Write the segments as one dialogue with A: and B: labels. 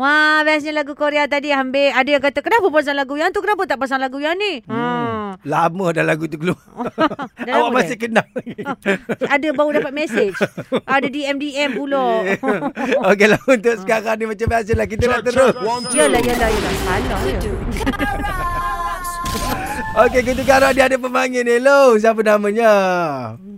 A: Wah, bestnya lagu Korea tadi hampir ada yang kata kenapa pasang lagu yang tu, kenapa tak pasang lagu yang ni? Hmm.
B: Lama dah lagu tu keluar.
A: Dah ya?
B: Awak
A: lama
B: masih
A: dah?
B: kenal lagi.
A: Ha. Ada baru dapat mesej. Ada DM DM pula.
B: Okeylah lah, untuk sekarang ni macam biasalah kita nak terus.
A: Yalah, yalah, yalah. Salah. ya.
B: Okey, kita garang dia ada pemanggil ni. Hello, siapa namanya?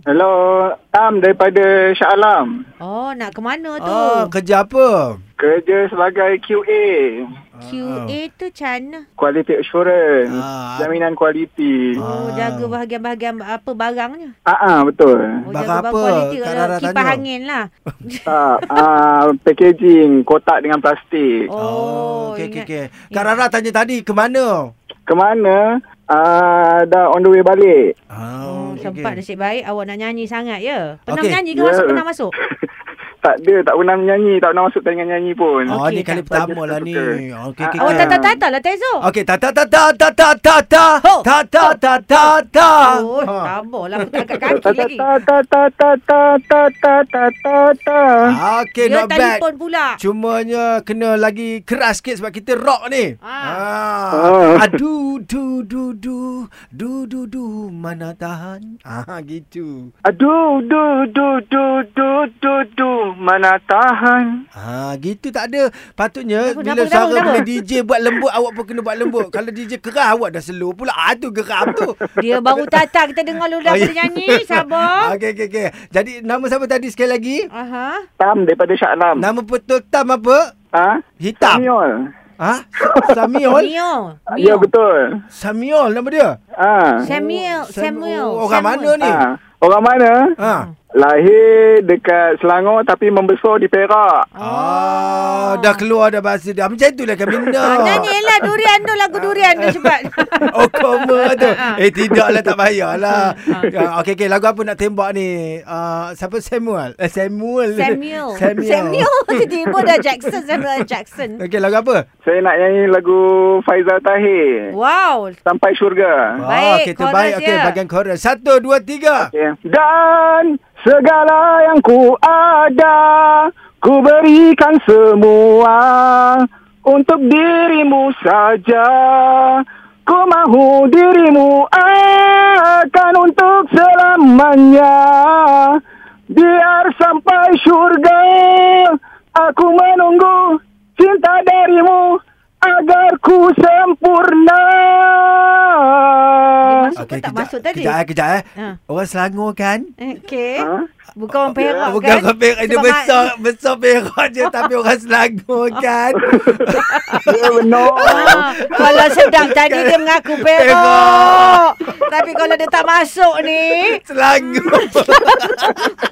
C: Hello, Tam daripada Shah Alam.
A: Oh, nak ke mana tu?
B: Ah, kerja apa?
C: Kerja sebagai QA,
A: QA tu Chan.
C: Quality Assurance,
B: Ah.
C: jaminan kualiti.
A: Oh, jaga bahagian-bahagian apa barangnya.
C: Ah, ah betul.
A: Oh,
B: Hmm, Barang
A: jaga
B: apa?
A: kualiti
B: Kak
A: kalau
B: Rara
A: kipas
B: tanya.
A: angin lah.
C: Ah, ah, packaging, kotak dengan plastik.
A: Oh,
B: Ah, okey okey
A: ingat.
B: okey. Kak Rara tanya tadi ke mana?
C: Kemana? Ah, dah on the way balik.
A: Oh,
B: Ah, okey,
A: sempat
B: okey.
A: nasib baik awak nak nyanyi sangat ya. Pernah
B: Okey.
A: menyanyi ke masuk
C: Ya.
A: pernah masuk?
C: tak ada, tak pernah menyanyi, tak pernah masuk taringan nyanyi pun.
B: Oh,
A: Okey,
B: ni kali
A: tak
B: pertama lah
C: Dia
B: ni.
C: suka.
B: Okey okey.
A: Awak
B: okey.
A: tak tak tak tak lah Tezo.
B: Okey, ta ta ta ta ta ta ta ta ta ta ta ta ta.
A: Oh,
B: Ah.
A: sabarlah aku tak angkat
C: Ta
A: kaki
C: ta
A: Kan, lagi.
C: ta ta ta ta ta ta ta ta ta ta.
B: Ah. Okey,
A: Dia
B: not bad.
A: telefon pula.
B: Cumanya kena lagi keras sikit sebab kita rock ni. Ah.
C: Ah.
B: Adu du du du du du du mana tahan. Ah gitu.
C: Aduh, du, du, du, du, du, du, mana tahan.
B: Ah gitu tak ada. Patutnya
A: Kenapa,
B: bila
A: kenapa,
B: suara
A: kenapa,
B: bila
A: kenapa?
B: DJ buat lembut awak pun kena buat lembut. Kalau DJ keras awak dah slow pula. Ah tu geram tu.
A: Dia baru tata kita dengar lu dah
B: Oh, ya.
A: boleh nyanyi. Sabar.
B: Okey okey okey. Jadi nama siapa tadi sekali lagi?
A: Aha.
C: Tam daripada Shah Alam.
B: Nama betul Tam apa?
C: Ha?
B: Hitam.
C: Samiol.
B: Ha? Samiol?
A: Mio.
C: Ya, betul.
B: Samiol nama dia?
C: Ha.
A: Samuel,
B: Oh, Sam-
A: Samuel.
B: oh, orang
A: Samuel. Hmm.
B: mana ni?
C: ha. Orang mana?
B: Ha.
C: Lahir dekat Selangor tapi membesar di Perak.
B: Ah,
A: Oh.
B: dah keluar dah bahasa dia. Ah, Macam itulah kan, Kamina.
A: Nyanyilah lah. durian tu lagu durian tu cepat.
B: Oh koma tu Eh tidaklah tak payahlah
A: Ha.
B: Ya, Okey okey lagu apa nak tembak ni uh, Siapa Samuel eh, Samuel
A: Samuel.
B: Samuel,
A: Samuel. Tiba-tiba dah Jackson. Samuel Jackson.
B: Okey lagu apa
C: Saya nak nyanyi lagu Faizal
B: Oh.
C: Tahir.
A: Wow.
C: Sampai syurga.
A: Baik,
B: Ah, okey,
A: chorus
B: terbaik. Okey
A: dia.
B: bagian chorus Satu dua tiga
C: Okay. Ya. Dan segala yang ku ada, ku berikan semua untuk dirimu saja. Ku mahu dirimu akan untuk selamanya. Biar sampai syurga, aku menunggu cinta darimu agar ku sempurna.
A: Masuk pun tak masuk tadi.
B: Kejap eh, kejap eh.
A: Ha.
B: Orang Selangor kan?
A: Okay.
C: Ha?
A: Bukan orang Perak
B: Bukan
A: kan?
B: orang Perak dia
A: Sebab
B: besar, besar Perak je tapi orang Selangor kan?
C: Ya benar.
A: Ah, kalau sedang tadi dia mengaku Perak.
B: Perak.
A: Tapi kalau dia tak masuk ni,
B: Selangor.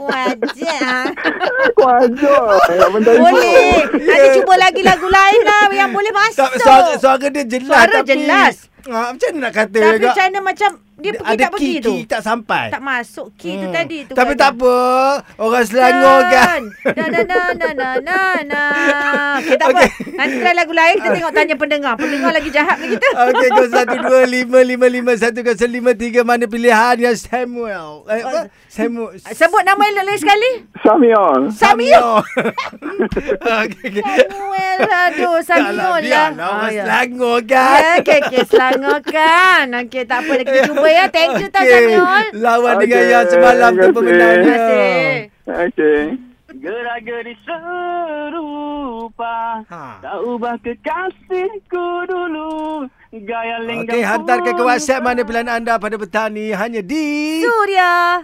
A: wajah.
C: Aku ajar Nak benda itu
A: ah. Boleh. Nanti cuba lagi lagu lain lah yang boleh masuk.
B: Tak, suara, suara dia jelas
A: Suara
B: tapi,
A: jelas.
B: Ah, macam mana nak kata
A: Tapi
B: juga?
A: macam mana macam dia pergi
B: ada
A: tak pergi
B: key,
A: tu.
B: key tak sampai.
A: Tak masuk key tu
B: Hmm.
A: tadi tu. kan.
B: Tapi tak apa. Orang Selangor kan.
A: Na na na na na na na. Okay, tak apa.
B: Okey.
A: Nanti try lagu lain kita tengok tanya pendengar. Pendengar lagi jahat dengan kita.
B: Okey, kau satu dua lima lima lima satu kau lima tiga mana pilihan yang Samuel? Eh, apa? Samuel.
A: Sebut nama elok lagi sekali.
C: Samion
B: Samuel. Okey, okey.
A: Samuel. Aduh,
B: Alah,
A: Samuel lah.
B: biarlah orang
A: Ah, ya.
B: Selangor
A: Ya,
B: kan.
A: okey, okey. Selangor kan. Okey, tak apa. Kita cuba ya. Thank you, Tan
B: Okey,
A: Samuel.
B: Lawan dengan
C: Okey,
B: yang semalam tu
C: terima
B: pemenangnya.
A: Terima kasih.
B: 네.
C: Okay Gera-geri serupa
B: Ha.
C: Tak ubah kekasihku dulu Gaya
B: Okey, hantarkan ke WhatsApp mana pilihan anda pada petang ni hanya di...
A: Surya.